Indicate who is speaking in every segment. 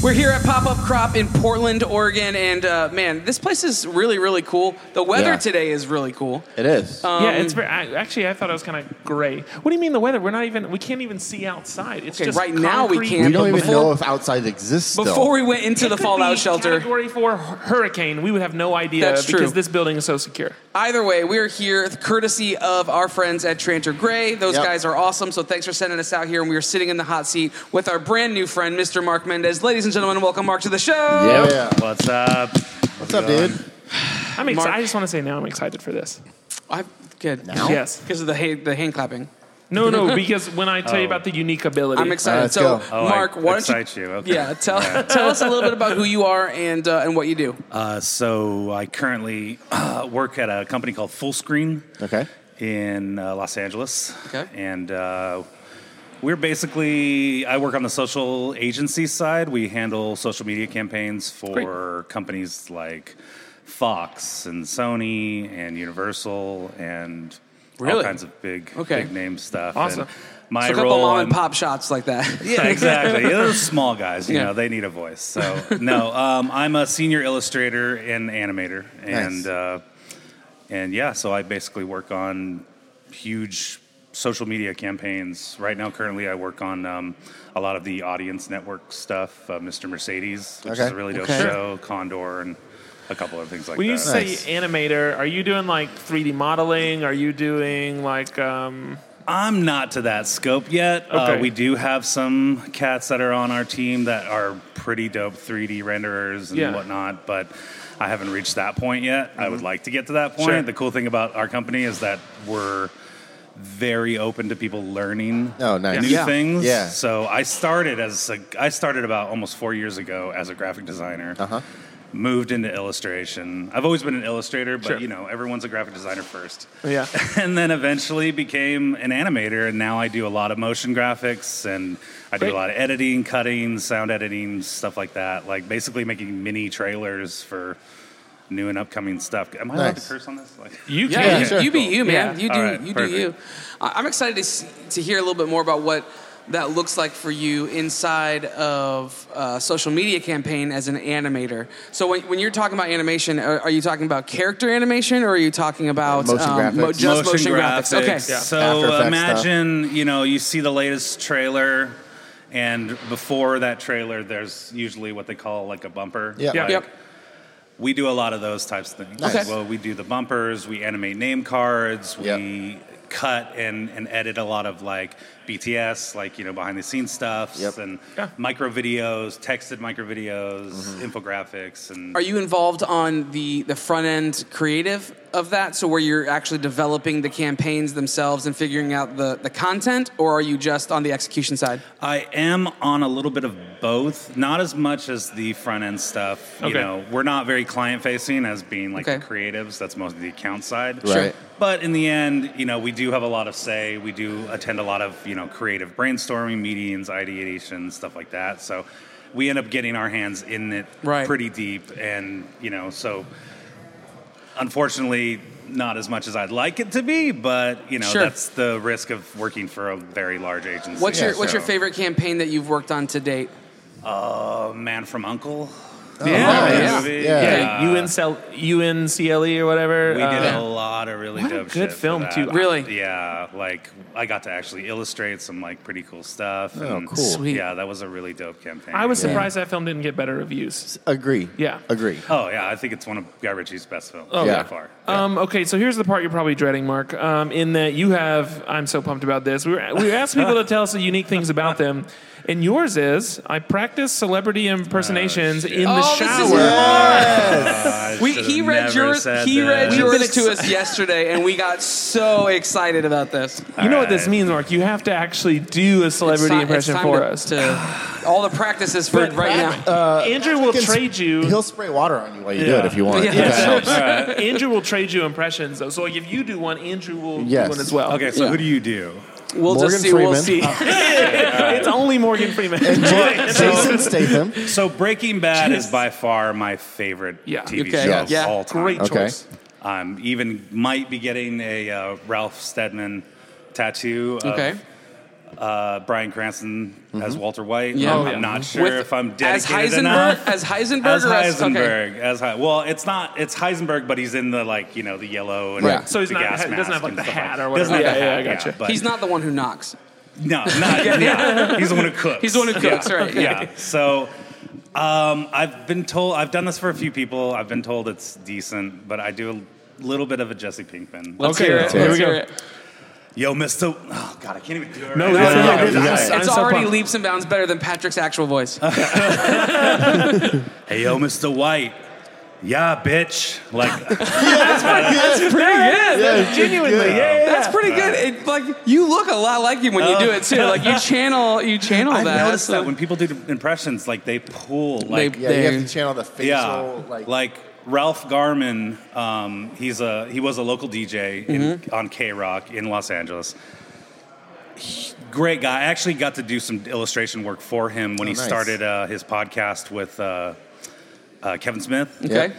Speaker 1: We're here at Pop Up Crop in Portland, Oregon, and uh, man, this place is really, really cool. The weather
Speaker 2: Yeah.
Speaker 1: today is really cool.
Speaker 2: It is.
Speaker 1: Um,
Speaker 3: yeah, it's very, I, actually I thought it was kind of gray. What do you mean the weather? We're not even we can't even see outside. It's
Speaker 1: Okay,
Speaker 3: just
Speaker 1: right now we
Speaker 3: concrete.
Speaker 1: can't,
Speaker 2: we
Speaker 1: but
Speaker 2: don't even
Speaker 1: before-
Speaker 2: know if outside exists still.
Speaker 1: Before we went into
Speaker 3: It
Speaker 1: the
Speaker 3: could
Speaker 1: fallout
Speaker 3: be
Speaker 1: shelter,
Speaker 3: Category four hurricane. We would have no idea
Speaker 1: That's
Speaker 3: because
Speaker 1: true.
Speaker 3: this building is so secure.
Speaker 1: either way, we are here courtesy of our friends at Tranter Gray. Those
Speaker 2: Yep.
Speaker 1: guys are awesome, so thanks for sending us out here. And we are sitting in the hot seat with our brand new friend, Mr. Mark Mendez. Ladies and gentlemen, welcome Mark to the show.
Speaker 2: yeah.
Speaker 4: What's up?
Speaker 2: What's up, dude?
Speaker 3: I'm excited. I just want to say now I'm excited for this.
Speaker 1: I'm good.
Speaker 3: Yes.
Speaker 1: Because of the, ha- the hand clapping.
Speaker 3: No, no, because when I tell
Speaker 2: Oh.
Speaker 3: you about the unique ability,
Speaker 1: I'm excited.
Speaker 2: let's
Speaker 1: so,
Speaker 2: go.
Speaker 4: Oh, I
Speaker 1: Mark, why don't you
Speaker 4: excite you? Okay.
Speaker 1: Yeah, tell tell us a little bit about who you are and uh, and what you do.
Speaker 4: Uh, so I currently uh, work at a company called Full Screen
Speaker 2: Okay.
Speaker 4: in uh, Los Angeles.
Speaker 1: Okay.
Speaker 4: And uh, we're basically, I work on the social agency side. We handle social media campaigns for companies like Fox and Sony and Universal and all
Speaker 1: Really?
Speaker 4: kinds of big,
Speaker 1: Okay.
Speaker 4: big name stuff.
Speaker 3: Awesome.
Speaker 4: And my
Speaker 1: so a
Speaker 4: role
Speaker 1: couple mom and
Speaker 4: on-
Speaker 1: pop shots like that.
Speaker 4: Yeah, exactly. Yeah, Those small guys, you
Speaker 1: Yeah.
Speaker 4: know, they need a voice. So no, um, I'm a senior illustrator and animator, and
Speaker 2: Nice.
Speaker 4: uh, and yeah, so I basically work on huge social media campaigns. Right now, currently, I work on um, a lot of the audience network stuff. Uh, Mr. Mercedes, which is
Speaker 2: Okay.
Speaker 4: a really dope
Speaker 1: Okay.
Speaker 4: show, Condor, and a couple of things like
Speaker 3: When you
Speaker 4: that.
Speaker 3: say
Speaker 2: Nice.
Speaker 3: animator, are you doing like 3D modeling? Are you doing like um,
Speaker 4: I'm not to that scope yet. Uh,
Speaker 3: Okay.
Speaker 4: we do have some cats that are on our team that are pretty dope 3D renderers and
Speaker 3: Yeah. Mm-hmm.
Speaker 4: whatnot, but I haven't reached that point yet. I would like to get to that point.
Speaker 3: Sure.
Speaker 4: The cool thing about our company is that we're very open to people learning
Speaker 2: Oh, nice.
Speaker 4: new
Speaker 1: Yeah.
Speaker 4: things.
Speaker 2: Yeah.
Speaker 4: So I started as a, I started about almost four years ago as a graphic designer.
Speaker 2: Uh-huh.
Speaker 4: Moved into illustration. I've always been an illustrator, but
Speaker 3: Sure.
Speaker 4: you know everyone's a graphic designer first
Speaker 3: yeah?
Speaker 4: and then eventually became an animator and now i do a lot of motion graphics and i do
Speaker 3: Great.
Speaker 4: a lot of editing cutting sound editing stuff like that like basically making mini trailers for new and upcoming stuff am i allowed
Speaker 2: Nice.
Speaker 4: to curse on this like
Speaker 3: You
Speaker 1: Yeah,
Speaker 3: can.
Speaker 1: you,
Speaker 2: sure.
Speaker 1: you be you, man.
Speaker 3: Yeah.
Speaker 1: You do
Speaker 4: All right,
Speaker 1: you
Speaker 4: perfect.
Speaker 1: do you. I- I'm excited to see, to hear a little bit more about what that looks like for you inside of a social media campaign as an animator. So when, when you're talking about animation, are, are you talking about character animation or are you talking about um,
Speaker 2: Motion graphics.
Speaker 1: just motion, graphics? Okay.
Speaker 3: Yeah.
Speaker 2: After
Speaker 4: So
Speaker 2: Effects
Speaker 4: imagine, you know, you see the latest trailer, and before that trailer, there's usually what they call like a bumper.
Speaker 2: Yeah.
Speaker 3: Yeah.
Speaker 4: Like,
Speaker 1: Yep.
Speaker 4: We do a lot of those types of things.
Speaker 2: Nice. Okay.
Speaker 4: Well, we do the bumpers, we animate name cards, we cut and, and edit a lot of like BTS, like, you know, behind the scenes stuff,
Speaker 2: Yep.
Speaker 4: and
Speaker 3: Yeah.
Speaker 4: micro videos, texted micro videos, infographics, and
Speaker 1: Are you involved on the the front end creative of that? So where you're actually developing the campaigns themselves and figuring out the the content, or are you just on the execution side?
Speaker 4: I am on a little bit of both, not as much as the front end stuff. You
Speaker 3: Okay.
Speaker 4: know, we're not very client facing as being like
Speaker 1: Okay.
Speaker 4: the creatives. That's mostly the account side.
Speaker 2: Sure. Right.
Speaker 4: But in the end, you know, we do have a lot of say. We do attend a lot of you know creative brainstorming meetings, ideation, stuff like that. So we end up getting our hands in it
Speaker 1: Right.
Speaker 4: pretty deep, and you know, so unfortunately. Not as much as I'd like it to be, but you know
Speaker 1: Sure.
Speaker 4: that's the risk of working for a very large agency.
Speaker 1: What's your What's your
Speaker 4: So-
Speaker 1: favorite campaign that you've worked on to date?
Speaker 4: a man from Uncle.
Speaker 3: Yeah.
Speaker 2: nice.
Speaker 3: yeah.
Speaker 4: Movie.
Speaker 2: Yeah.
Speaker 3: Yeah, UNCL UNCLE or whatever.
Speaker 4: We
Speaker 3: uh,
Speaker 4: did a lot of really
Speaker 3: What a
Speaker 4: dope
Speaker 3: good
Speaker 4: shit for
Speaker 3: film,
Speaker 4: that.
Speaker 3: too.
Speaker 1: Really?
Speaker 4: Yeah, like I got to actually illustrate some like pretty cool stuff.
Speaker 2: Oh,
Speaker 4: and-
Speaker 2: cool. Sweet.
Speaker 4: Yeah, that was a really dope campaign.
Speaker 3: I was
Speaker 2: Yeah.
Speaker 3: surprised that film didn't get better reviews.
Speaker 2: Agree.
Speaker 3: Yeah.
Speaker 2: Agree.
Speaker 4: Oh yeah, I think it's one of Guy Ritchie's best films
Speaker 3: Oh,
Speaker 4: by
Speaker 2: yeah.
Speaker 4: far.
Speaker 3: Um, okay, so here's the part you're probably dreading, Mark. Um, in that you have, I'm so pumped about this. We, were, we asked people to tell us the unique things about them, and yours is I practice celebrity impersonations in
Speaker 1: Oh,
Speaker 3: the
Speaker 1: this
Speaker 3: shower.
Speaker 1: is
Speaker 4: I
Speaker 1: We,
Speaker 4: should've
Speaker 1: he read
Speaker 4: never
Speaker 1: yours.
Speaker 4: said
Speaker 1: He read
Speaker 4: that.
Speaker 1: yours to us yesterday, and we got so excited about this.
Speaker 3: you know what this
Speaker 4: Alright.
Speaker 3: means, Mark? You have to actually do a
Speaker 1: It's
Speaker 3: celebrity
Speaker 1: ti-
Speaker 3: impression
Speaker 1: it's time
Speaker 3: for
Speaker 1: to-
Speaker 3: us.
Speaker 1: to- all the practices for
Speaker 3: But
Speaker 1: right now.
Speaker 3: Andrew will
Speaker 2: He can sp-
Speaker 3: trade you.
Speaker 2: Uh, He'll spray water on you while you do
Speaker 4: Yeah.
Speaker 2: it if you want.
Speaker 1: Yeah.
Speaker 2: If that helps.
Speaker 3: Andrew will trade you impressions, though. So like, if you do one, Andrew will
Speaker 2: Yes.
Speaker 3: do one as well.
Speaker 4: Okay, so
Speaker 1: Yeah.
Speaker 4: who do you do?
Speaker 1: We'll
Speaker 2: Morgan
Speaker 1: just see. We'll
Speaker 2: Freeman.
Speaker 1: see.
Speaker 3: it's only Morgan Freeman.
Speaker 2: Jason Statham.
Speaker 4: So Breaking Bad is by far my favorite
Speaker 3: Yeah.
Speaker 4: TV
Speaker 1: Okay.
Speaker 4: show
Speaker 2: Yeah.
Speaker 4: of
Speaker 1: Yeah.
Speaker 4: all time.
Speaker 3: Great
Speaker 2: Okay.
Speaker 3: choice.
Speaker 4: I'm even might be getting a uh, Ralph Steadman tattoo. Of
Speaker 1: Okay.
Speaker 4: uh, Brian Cranston as Walter White.
Speaker 1: Yeah.
Speaker 4: I'm,
Speaker 1: Oh,
Speaker 4: I'm not sure
Speaker 1: With-
Speaker 4: if I'm
Speaker 1: as
Speaker 4: dedicated
Speaker 1: Heisenberg,
Speaker 4: enough.
Speaker 1: as Heisenberg,
Speaker 4: as
Speaker 1: or as okay.
Speaker 4: Heisenberg, as Hei- well, it's not. It's Heisenberg, but he's in the like you know the yellow and
Speaker 2: Right.
Speaker 3: So he's
Speaker 4: the
Speaker 3: not-
Speaker 4: gas
Speaker 3: he doesn't
Speaker 4: mask
Speaker 3: have, like,
Speaker 4: and
Speaker 3: the
Speaker 4: stuff
Speaker 3: hat
Speaker 4: that.
Speaker 3: or whatever.
Speaker 4: Doesn't have
Speaker 3: Yeah,
Speaker 4: the
Speaker 3: yeah,
Speaker 4: hat,
Speaker 3: I gotcha.
Speaker 4: but-
Speaker 1: He's not the one who knocks.
Speaker 4: no, not yeah. He's the one who cooks.
Speaker 1: He's the one who cooks,
Speaker 4: yeah.
Speaker 1: right.
Speaker 4: Yeah. So um, I've been told I've done this for a few people. I've been told it's decent, but I do a little bit of a Jesse Pinkman.
Speaker 1: Let's
Speaker 3: Okay,
Speaker 1: hear it.
Speaker 3: let's hear
Speaker 1: Let's
Speaker 3: it.
Speaker 1: hear
Speaker 3: Here
Speaker 1: it.
Speaker 4: Yo, Mister. Oh God, I can't even do it.
Speaker 3: No,
Speaker 4: right
Speaker 3: that's
Speaker 4: now.
Speaker 3: all right.
Speaker 2: you got
Speaker 3: It's-
Speaker 2: it.
Speaker 3: I'm
Speaker 1: It's
Speaker 3: so
Speaker 1: already
Speaker 3: pumped.
Speaker 1: leaps and bounds better than Patrick's actual voice.
Speaker 4: Hey, yo, Mister White. Yeah, bitch. Like,
Speaker 1: That's pretty good.
Speaker 2: Yeah, genuinely, yeah.
Speaker 1: That's pretty good. It, like you look a lot like him when you do it too. Like you channel, you channel
Speaker 4: I've
Speaker 1: that.
Speaker 4: noticed
Speaker 1: So-
Speaker 4: that when people do impressions, like they pull, like
Speaker 1: They-
Speaker 2: Yeah, you have
Speaker 1: Dude.
Speaker 2: to channel the facial,
Speaker 4: yeah,
Speaker 2: like,
Speaker 4: like, Ralph Garman. Um, he's a he was a local DJ in,
Speaker 2: Mm-hmm.
Speaker 4: on K Rock in Los Angeles. He- great guy. I actually got to do some illustration work for him when
Speaker 2: Oh,
Speaker 4: he
Speaker 2: nice.
Speaker 4: started uh, his podcast with uh, uh, Kevin Smith.
Speaker 1: okay,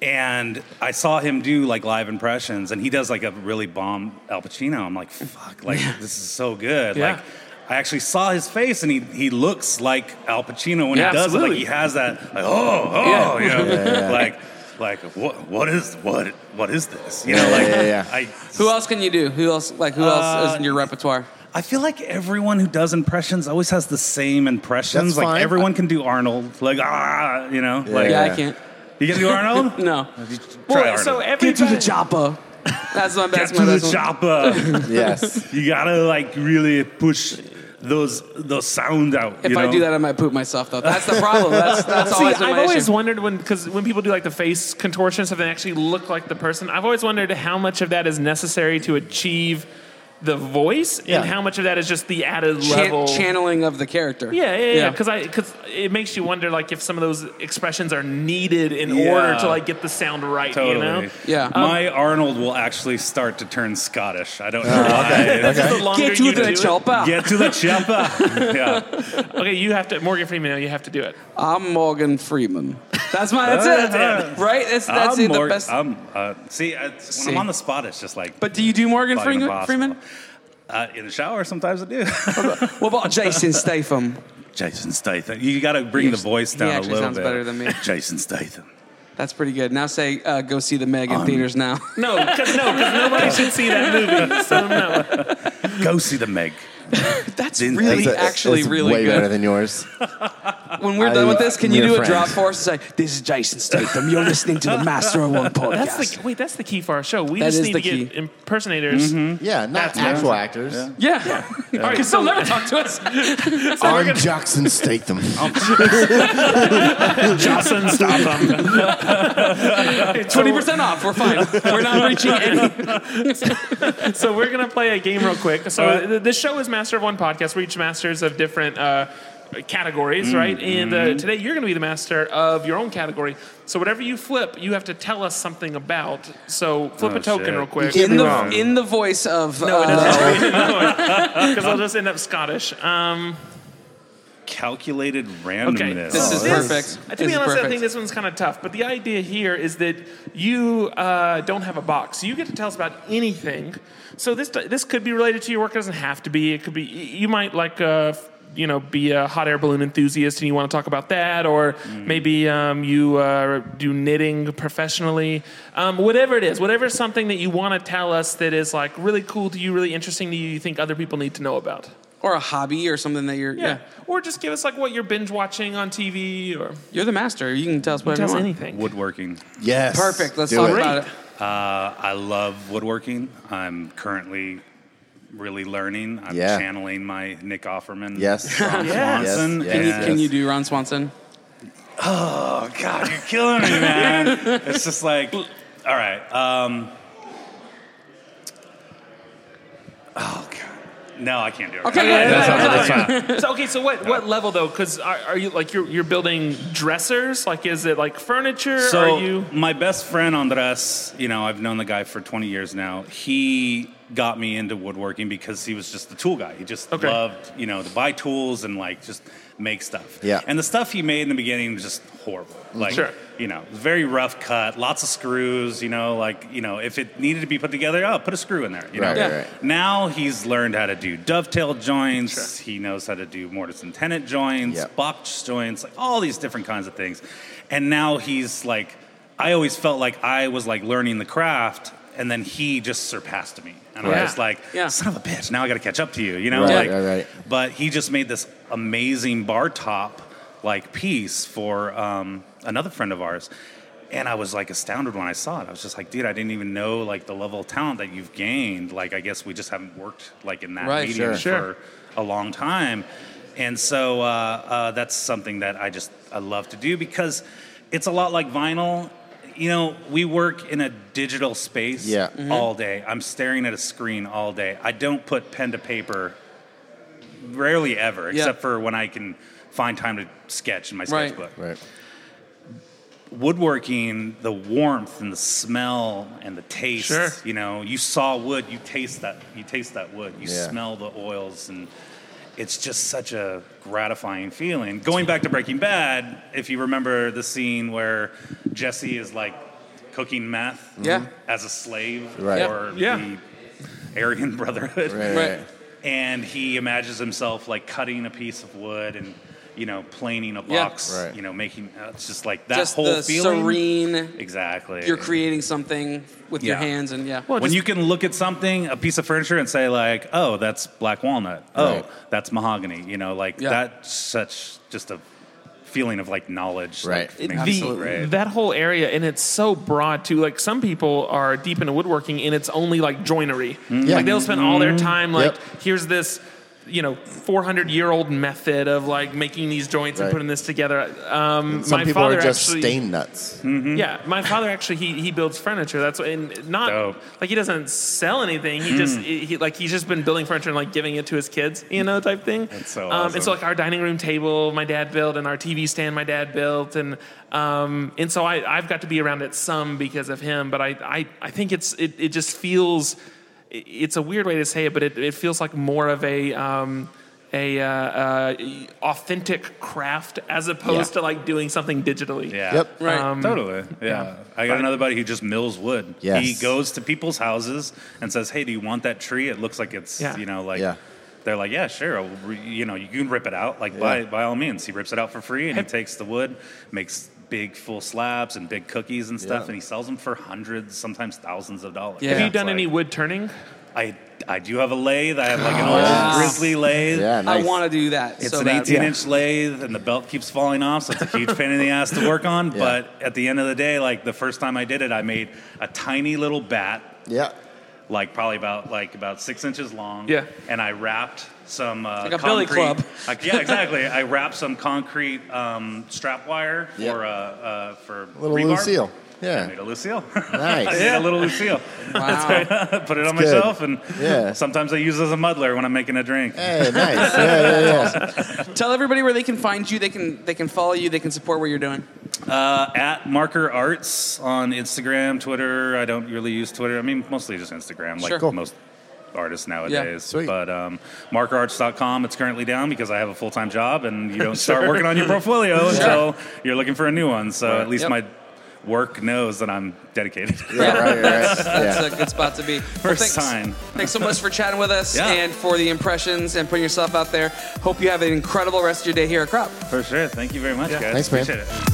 Speaker 4: And I saw him do like live impressions, and he does like a really bomb Al Pacino. I'm like, fuck, like this is so good.
Speaker 3: Yeah.
Speaker 4: Like, I actually saw his face, and he, he looks like Al Pacino when
Speaker 3: Yeah,
Speaker 4: he does it.
Speaker 3: absolutely.
Speaker 4: Like he has that, like, oh, oh,
Speaker 1: Yeah.
Speaker 4: you know, like, like what, what is, what, what is this? You know,
Speaker 2: Yeah,
Speaker 4: like,
Speaker 2: yeah, yeah.
Speaker 4: I,
Speaker 1: who else can you do? Who else? Like who else is in your repertoire?
Speaker 4: I feel like everyone who does impressions always has the same
Speaker 2: That's
Speaker 4: impressions. like
Speaker 2: fine.
Speaker 4: everyone can do Arnold, like ah, you know, like
Speaker 1: Yeah, I
Speaker 2: yeah.
Speaker 1: can't.
Speaker 4: you can do Arnold.
Speaker 1: No.
Speaker 4: Try
Speaker 3: Well, so
Speaker 4: Arnold.
Speaker 3: every
Speaker 1: chopper. That's my
Speaker 4: Get
Speaker 1: best.
Speaker 4: to
Speaker 1: My
Speaker 4: the
Speaker 1: best one.
Speaker 4: chopper.
Speaker 2: yes.
Speaker 4: You gotta like really push those those sound out.
Speaker 1: If
Speaker 4: you
Speaker 1: I
Speaker 4: know?
Speaker 1: do that, I might poop myself though. That's the problem. That's that's
Speaker 3: See,
Speaker 1: always been
Speaker 3: I've
Speaker 1: my
Speaker 3: always
Speaker 1: issue.
Speaker 3: wondered when because when people do like the face contortion stuff and they actually look like the person, I've always wondered how much of that is necessary to achieve the voice
Speaker 2: Yeah.
Speaker 3: and how much of that is just the added
Speaker 1: Chan-
Speaker 3: level.
Speaker 1: channeling of the character.
Speaker 3: yeah, yeah, yeah.
Speaker 1: Yeah.
Speaker 3: Because I because it makes you wonder like if some of those expressions are needed in
Speaker 4: Yeah.
Speaker 3: order to like get the sound right.
Speaker 4: Totally.
Speaker 3: You know,
Speaker 1: Yeah. Um,
Speaker 4: My Arnold will actually start to turn Scottish. I don't know why.
Speaker 3: the longer
Speaker 1: Get to
Speaker 3: you do
Speaker 1: the
Speaker 3: it-
Speaker 1: chopper.
Speaker 4: Get to the chopper. yeah.
Speaker 3: Okay, you have to Morgan Freeman. You have to do it.
Speaker 1: I'm Morgan Freeman. That's my. That's it. That's it. Right. That's that's
Speaker 4: I'm
Speaker 1: it, the
Speaker 4: more-
Speaker 1: best.
Speaker 4: I'm, uh, see, I, when
Speaker 1: See.
Speaker 4: I'm on the spot, it's just like.
Speaker 1: But do you do Morgan
Speaker 4: fucking
Speaker 1: Freeman?
Speaker 4: impossible.
Speaker 1: Freeman?
Speaker 4: Uh, in the shower, sometimes I do.
Speaker 1: What about Jason Statham?
Speaker 4: Jason Statham. You got to bring the
Speaker 1: He
Speaker 4: voice
Speaker 1: actually-
Speaker 4: down
Speaker 1: he
Speaker 4: a
Speaker 1: actually
Speaker 4: little
Speaker 1: sounds
Speaker 4: bit.
Speaker 1: better than me.
Speaker 4: Jason Statham.
Speaker 1: That's pretty good. Now say, uh, go see the Meg in
Speaker 4: I'm-
Speaker 1: theaters now.
Speaker 3: No, because no, because nobody should see that movie. So no.
Speaker 4: Go see the Meg.
Speaker 1: That's
Speaker 4: Didn't-
Speaker 1: really,
Speaker 4: It's a-
Speaker 2: That's-
Speaker 1: actually,
Speaker 2: that's
Speaker 1: really
Speaker 2: way better
Speaker 1: good.
Speaker 2: than yours.
Speaker 1: When we're
Speaker 2: I-
Speaker 1: done with this, can you
Speaker 2: we're
Speaker 1: do a
Speaker 2: friends.
Speaker 1: drop for us and say, "This is Jason Statham. You're listening to the Master of One podcast."
Speaker 3: That's the wait. That's the key for our show. We
Speaker 1: That
Speaker 3: just
Speaker 1: is
Speaker 3: need to
Speaker 1: the
Speaker 3: get
Speaker 1: key. Mm-hmm.
Speaker 3: impersonators.
Speaker 2: Yeah, not actual actors.
Speaker 1: yeah. All right, so never talk to us.
Speaker 2: I'm Jackson Statham.
Speaker 1: Um,
Speaker 3: Jocelyn, stop them.
Speaker 1: Twenty percent off. We're fine. We're not reaching any.
Speaker 3: So we're gonna play a game real quick. So th- this show is Master of One podcast. We're each masters of different uh, categories, right? And uh, today you're gonna be the master of your own category. So whatever you flip, you have to tell us something about. So flip
Speaker 4: Oh,
Speaker 3: a token
Speaker 4: shit.
Speaker 3: real quick. Uh,
Speaker 1: In
Speaker 2: be
Speaker 1: the
Speaker 2: wrong.
Speaker 1: in the voice of uh, no,
Speaker 3: Because I'll just end up Scottish. Um,
Speaker 4: Calculated randomness.
Speaker 3: okay,
Speaker 1: This
Speaker 3: so
Speaker 1: is perfect.
Speaker 3: To
Speaker 1: This
Speaker 3: be
Speaker 1: is
Speaker 3: honest, I
Speaker 1: perfect.
Speaker 3: think this one's kind of tough. But the idea here is that you uh, don't have a box, so you get to tell us about anything. So this this could be related to your work. It doesn't have to be. It could be. You might like. Uh, you know, be a hot air balloon enthusiast, and you want to talk about that, or
Speaker 1: Mm.
Speaker 3: maybe um, you uh, do knitting professionally. Um, whatever it is, whatever is something that you want to tell us that is like really cool to you, really interesting to you, you think other people need to know about.
Speaker 1: or a hobby or something that you're. Yeah.
Speaker 3: Yeah. Or just give us like what you're binge watching on TV or
Speaker 1: you're the master. You can tell us whatever
Speaker 3: tell us
Speaker 1: you want.
Speaker 3: anything.
Speaker 4: Woodworking.
Speaker 2: yes.
Speaker 1: Perfect. Let's
Speaker 2: do
Speaker 1: talk
Speaker 2: it.
Speaker 1: about it.
Speaker 4: Uh, I love woodworking. I'm currently really learning. I'm
Speaker 2: Yeah.
Speaker 4: channeling my Nick Offerman.
Speaker 2: Yes.
Speaker 4: Ron
Speaker 3: Yes.
Speaker 4: Swanson.
Speaker 2: Yes.
Speaker 1: Can you,
Speaker 2: Yes.
Speaker 1: can you do Ron Swanson?
Speaker 4: Oh God, you're killing me, man. it's just like, all right. Um, oh God, no, I can't do it.
Speaker 1: Okay,
Speaker 4: right
Speaker 1: yeah,
Speaker 4: now.
Speaker 1: that's
Speaker 3: fine,
Speaker 2: that's
Speaker 3: fine. So okay, so what what level though? Because are, are you like you're you're building dressers? Like is it like furniture?
Speaker 4: So
Speaker 3: are you?
Speaker 4: my best friend Andres, you know, I've known the guy for 20 years now. He got me into woodworking because he was just the tool guy. He just
Speaker 3: Okay.
Speaker 4: loved, you know, to buy tools and like just make stuff.
Speaker 2: Yeah.
Speaker 4: And the stuff he made in the beginning was just horrible. Like
Speaker 3: Mm-hmm. Sure.
Speaker 4: you know, very rough cut, lots of screws, you know, like, you know, if it needed to be put together, oh, put a screw in there, you
Speaker 2: Right,
Speaker 4: know.
Speaker 2: right, right.
Speaker 4: Now he's learned how to do dovetail joints, he knows how to do mortise and tenon joints,
Speaker 2: Yep.
Speaker 4: box joints, like all these different kinds of things. And now he's like I always felt like I was like learning the craft and then he just surpassed me. And
Speaker 3: Right.
Speaker 4: I'm just like,
Speaker 1: Yeah.
Speaker 4: son of a bitch, now I gotta catch up to you, you know?
Speaker 2: Right,
Speaker 4: like
Speaker 2: right, right.
Speaker 4: but he just made this amazing bar top like piece for um, another friend of ours and i was like astounded when i saw it i was just like dude i didn't even know like the level of talent that you've gained like i guess we just haven't worked like in that
Speaker 1: Right,
Speaker 4: medium
Speaker 3: sure. Sure.
Speaker 4: for a long time and so uh, uh, that's something that i just i love to do because it's a lot like vinyl you know we work in a digital space
Speaker 2: Yeah. Mhm.
Speaker 4: all day i'm staring at a screen all day i don't put pen to paper rarely ever,
Speaker 1: Yeah.
Speaker 4: except for when I can find time to sketch in my
Speaker 1: Right.
Speaker 4: sketchbook.
Speaker 2: Right.
Speaker 4: Woodworking, the warmth and the smell and the taste.
Speaker 3: Sure.
Speaker 4: You know, you saw wood, you taste that, you taste that wood, you
Speaker 2: Yeah.
Speaker 4: smell the oils, and it's just such a gratifying feeling. Going back to Breaking Bad, if you remember the scene where Jesse is like cooking meth
Speaker 1: Yeah.
Speaker 4: as a slave
Speaker 2: Right.
Speaker 4: for
Speaker 3: Yeah.
Speaker 4: the Aryan Brotherhood
Speaker 2: Right.
Speaker 1: Right.
Speaker 2: right.
Speaker 4: and he imagines himself like cutting a piece of wood and you know planing a
Speaker 1: Yeah.
Speaker 4: box
Speaker 2: Right.
Speaker 4: you know making uh, it's just like that
Speaker 1: Just
Speaker 4: whole
Speaker 1: the
Speaker 4: feeling
Speaker 1: serene.
Speaker 4: exactly
Speaker 1: You're creating something with your
Speaker 4: Yeah.
Speaker 1: hands, and yeah.
Speaker 4: when you can look at something a piece of furniture and say like oh that's black walnut oh
Speaker 2: Right.
Speaker 4: that's mahogany you know like
Speaker 1: Yeah.
Speaker 4: that's such just a feeling of like knowledge like,
Speaker 2: Right. It-
Speaker 4: makes
Speaker 3: the-
Speaker 4: you great.
Speaker 3: that whole area and it's so broad too like some people are deep into woodworking and it's only like joinery
Speaker 2: Mm-hmm. Yeah. Mm-hmm.
Speaker 3: like they'll spend all their time like
Speaker 2: Yep.
Speaker 3: here's this you know 400 year old method of like making these joints and
Speaker 2: Right.
Speaker 3: putting this together um
Speaker 2: Some
Speaker 3: my
Speaker 2: people
Speaker 3: father
Speaker 2: are just
Speaker 3: actually
Speaker 2: stain nuts.
Speaker 4: Mm-hmm.
Speaker 3: yeah my father actually he, he builds furniture that's and not
Speaker 4: Dope. Mm.
Speaker 3: like he doesn't sell anything he just he like he's just been building furniture and like giving it to his kids you know type thing
Speaker 4: That's so
Speaker 3: um, and so
Speaker 4: awesome.
Speaker 3: like our dining room table my dad built and our tv stand my dad built and um and so i i've got to be around it some because of him but i i, I think it's it, it just feels it- it's a weird way to say it but it, it feels like more of a um a uh, uh, authentic craft as opposed to like doing something digitally.
Speaker 4: yeah
Speaker 2: Yep.
Speaker 1: right.
Speaker 3: Mm-hmm.
Speaker 4: Totally. Yeah. I got another buddy who just mills wood.
Speaker 2: Yes.
Speaker 4: He goes to people's houses and says, "Hey, do you want that tree? It looks like it's,
Speaker 3: Yeah.
Speaker 4: you know, like
Speaker 2: Yeah.
Speaker 4: They're like, "Yeah, sure. I'll re- you know, you can rip it out like by
Speaker 2: Yeah.
Speaker 4: by all means." He rips it out for free and he
Speaker 3: Have-
Speaker 4: takes the wood, makes big full slabs and big cookies and stuff
Speaker 2: Yeah.
Speaker 4: and he sells them for hundreds, sometimes thousands of dollars.
Speaker 1: Yeah.
Speaker 3: Have you
Speaker 4: It's
Speaker 3: done
Speaker 4: like-
Speaker 3: any wood turning?
Speaker 4: I I do have a lathe. I have like an
Speaker 2: Yes.
Speaker 4: old grizzly lathe.
Speaker 2: Yeah, nice.
Speaker 1: I want to do that.
Speaker 4: It's
Speaker 1: so
Speaker 4: an
Speaker 1: bad.
Speaker 4: 18 inch lathe, and the belt keeps falling off, so it's a huge pain in the ass to work on. But at the end of the day, like the first time I did it, I made a tiny little bat,
Speaker 2: Yeah.
Speaker 4: like probably about like about six inches long.
Speaker 3: Yeah.
Speaker 4: And I wrapped some uh,
Speaker 1: Like a billy
Speaker 4: concrete,
Speaker 1: club.
Speaker 4: like- yeah, exactly. I wrapped some concrete um, strap wire for
Speaker 2: Yeah.
Speaker 4: uh, uh, for
Speaker 2: Little
Speaker 4: rebar.
Speaker 2: Lucille.
Speaker 4: I made
Speaker 2: Yeah.
Speaker 4: a Lucille.
Speaker 2: Nice.
Speaker 4: I made a little Lucille.
Speaker 1: Wow.
Speaker 4: Put it
Speaker 2: good.
Speaker 4: on myself, and
Speaker 2: Yeah.
Speaker 4: sometimes I use it as a muddler when I'm making a drink.
Speaker 2: Hey, nice. Yeah, yeah, yeah.
Speaker 1: Tell everybody where they can find you. They can they can follow you. They can support what you're doing.
Speaker 4: Uh, at Marker Arts on Instagram, Twitter. I don't really use Twitter. I mean, mostly just Instagram, like
Speaker 1: Sure. Cool.
Speaker 4: most artists nowadays.
Speaker 2: Sweet.
Speaker 4: But um, markerarts.com, it's currently down because I have a full time job and you don't start working on your portfolio until you're looking for a new one. So at least
Speaker 1: Yep.
Speaker 4: my work knows that I'm dedicated.
Speaker 2: Yeah, right, right.
Speaker 1: That's
Speaker 2: Yeah.
Speaker 1: a good spot to be. Well,
Speaker 4: First sign.
Speaker 1: Thanks so much for chatting with us
Speaker 4: Yeah.
Speaker 1: and for the impressions and putting yourself out there. Hope you have an incredible rest of your day here at Crop.
Speaker 4: for sure. Thank you very much, guys.
Speaker 2: Thanks, man.
Speaker 4: Appreciate it.